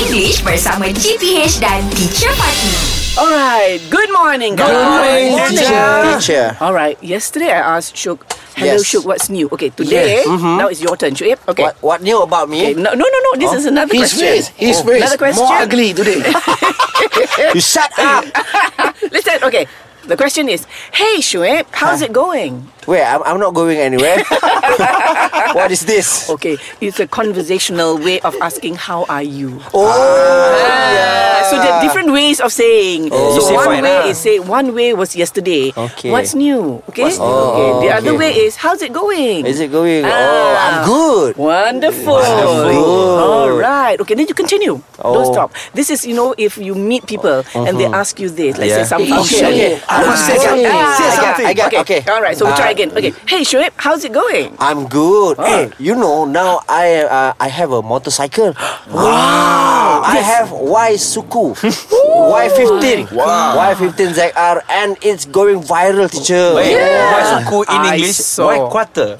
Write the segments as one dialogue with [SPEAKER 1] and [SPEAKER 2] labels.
[SPEAKER 1] English bersama GPH dan Teacher Fatih.
[SPEAKER 2] Alright, good morning, guys.
[SPEAKER 3] Good morning, teacher.
[SPEAKER 4] Teacher.
[SPEAKER 2] Alright, yesterday I asked Shuk, hello
[SPEAKER 4] Yes. Mm-hmm.
[SPEAKER 2] Shuk, what's new? Okay, today, now it's your turn, Shuk. Okay.
[SPEAKER 4] What what knew about
[SPEAKER 2] Okay,
[SPEAKER 4] me?
[SPEAKER 2] No, no, no, no. This is another
[SPEAKER 3] His
[SPEAKER 2] question.
[SPEAKER 3] face, his
[SPEAKER 2] Oh.
[SPEAKER 3] face
[SPEAKER 2] Another question.
[SPEAKER 3] more ugly today.
[SPEAKER 4] You shut up.
[SPEAKER 2] Listen, okay. The question is, hey Shuib, how's it going?
[SPEAKER 4] Wait, I'm, I'm not going anywhere. what is this?
[SPEAKER 2] Okay, it's a conversational way of asking how are you.
[SPEAKER 4] Oh,
[SPEAKER 2] Uh, so there are different ways of saying.
[SPEAKER 4] Oh.
[SPEAKER 2] So
[SPEAKER 4] You say
[SPEAKER 2] one
[SPEAKER 4] fine
[SPEAKER 2] way
[SPEAKER 4] lah.
[SPEAKER 2] is say one way was yesterday.
[SPEAKER 4] Okay.
[SPEAKER 2] What's new? Okay.
[SPEAKER 4] What's new?
[SPEAKER 2] okay. The
[SPEAKER 4] Oh,
[SPEAKER 2] other
[SPEAKER 4] okay.
[SPEAKER 2] way is how's it going?
[SPEAKER 4] is it going?
[SPEAKER 2] Ah.
[SPEAKER 4] Oh, I'm good.
[SPEAKER 2] Wonderful.
[SPEAKER 4] Wonderful.
[SPEAKER 2] All right. Okay, then you continue. Don't
[SPEAKER 4] Oh. Uh-huh.
[SPEAKER 2] stop. This is, you know, if you meet people and they ask you this, let's say
[SPEAKER 4] Yeah.
[SPEAKER 2] something.
[SPEAKER 3] Okay, okay. I want to say
[SPEAKER 2] Ah,
[SPEAKER 3] something.
[SPEAKER 2] ah,
[SPEAKER 3] Say
[SPEAKER 2] I got-
[SPEAKER 3] something.
[SPEAKER 4] I got- okay.
[SPEAKER 2] All right, so we
[SPEAKER 4] Ah.
[SPEAKER 2] try again. Okay. Hey, Shoaib, how's it going?
[SPEAKER 4] I'm good.
[SPEAKER 2] Ah.
[SPEAKER 4] Hey, you know now I uh, I have a motorcycle. wow! I have Y Suku, Y15, wow. Y15 ZR, and it's going viral, teacher.
[SPEAKER 3] Yeah.
[SPEAKER 4] Y Suku in
[SPEAKER 2] I
[SPEAKER 4] English,
[SPEAKER 2] saw.
[SPEAKER 4] Y quarter.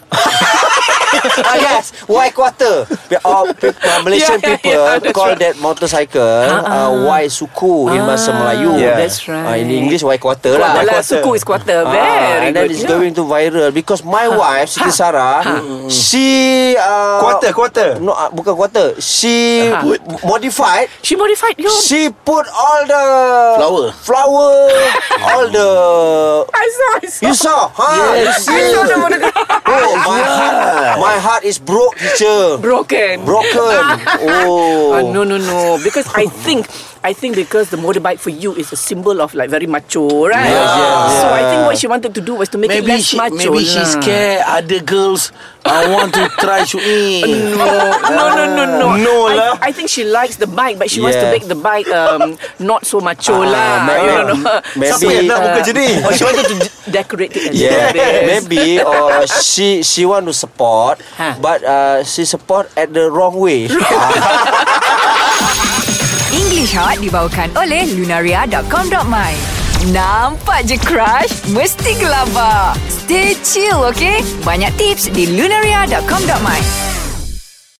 [SPEAKER 4] ah, yes, Y quarter. Be- Uh, pe- uh, Malaysian
[SPEAKER 2] Yeah, yeah,
[SPEAKER 4] people
[SPEAKER 2] yeah, that's
[SPEAKER 4] call
[SPEAKER 2] right. Ah.
[SPEAKER 4] that motorcycle uh, Y Suku in Bahasa Melayu.
[SPEAKER 2] Yeah. that's
[SPEAKER 4] Uh, in
[SPEAKER 2] right.
[SPEAKER 4] English, Y quarter lah. Ah,
[SPEAKER 2] Quarter lah, suku is quarter. Very
[SPEAKER 4] and then
[SPEAKER 2] good, Ha.
[SPEAKER 4] it's
[SPEAKER 2] yeah.
[SPEAKER 4] going to viral because my wife Siti Sarah
[SPEAKER 2] Ha.
[SPEAKER 4] she uh,
[SPEAKER 3] Quarter, quarter.
[SPEAKER 4] no uh, bukan quarter she
[SPEAKER 2] Ha.
[SPEAKER 4] put- modified
[SPEAKER 2] She modified your...
[SPEAKER 4] she put all the
[SPEAKER 3] Flower.
[SPEAKER 4] flower all the
[SPEAKER 2] I saw, I saw.
[SPEAKER 4] you saw huh
[SPEAKER 3] Yes.
[SPEAKER 4] you see oh my heart my heart is broke teacher
[SPEAKER 2] Broken.
[SPEAKER 4] broken oh
[SPEAKER 2] Uh, no, no, no. Because I think, I think because the motorbike for you is a symbol of like very macho, right?
[SPEAKER 4] Yes, yes,
[SPEAKER 2] So I think
[SPEAKER 4] yeah.
[SPEAKER 2] what she wanted to do was to make it
[SPEAKER 3] Maybe
[SPEAKER 2] less
[SPEAKER 3] she,
[SPEAKER 2] macho.
[SPEAKER 3] maybe
[SPEAKER 2] lah.
[SPEAKER 3] she's scared. Other girls, I want to try to eat.
[SPEAKER 2] No, no, no, no, no.
[SPEAKER 3] No
[SPEAKER 2] I,
[SPEAKER 3] lah.
[SPEAKER 2] I think she likes the bike, but she wants to
[SPEAKER 4] Yeah.
[SPEAKER 2] make the bike um not so macho
[SPEAKER 4] Ah,
[SPEAKER 2] lah.
[SPEAKER 4] maybe-
[SPEAKER 2] you know, no.
[SPEAKER 4] maybe- Siapa yang nak
[SPEAKER 2] Uh,
[SPEAKER 3] muka jadi?
[SPEAKER 2] Or she wanted to d- decorate it. a little
[SPEAKER 4] Yeah,
[SPEAKER 2] bit.
[SPEAKER 4] maybe or she she want to support,
[SPEAKER 2] Ha.
[SPEAKER 4] but uh, she support at the wrong way.
[SPEAKER 1] English Hot dibawakan oleh Lunaria.com.my Nampak je crush? Mesti gelabah. Stay chill, okay? Banyak tips di Lunaria.com.my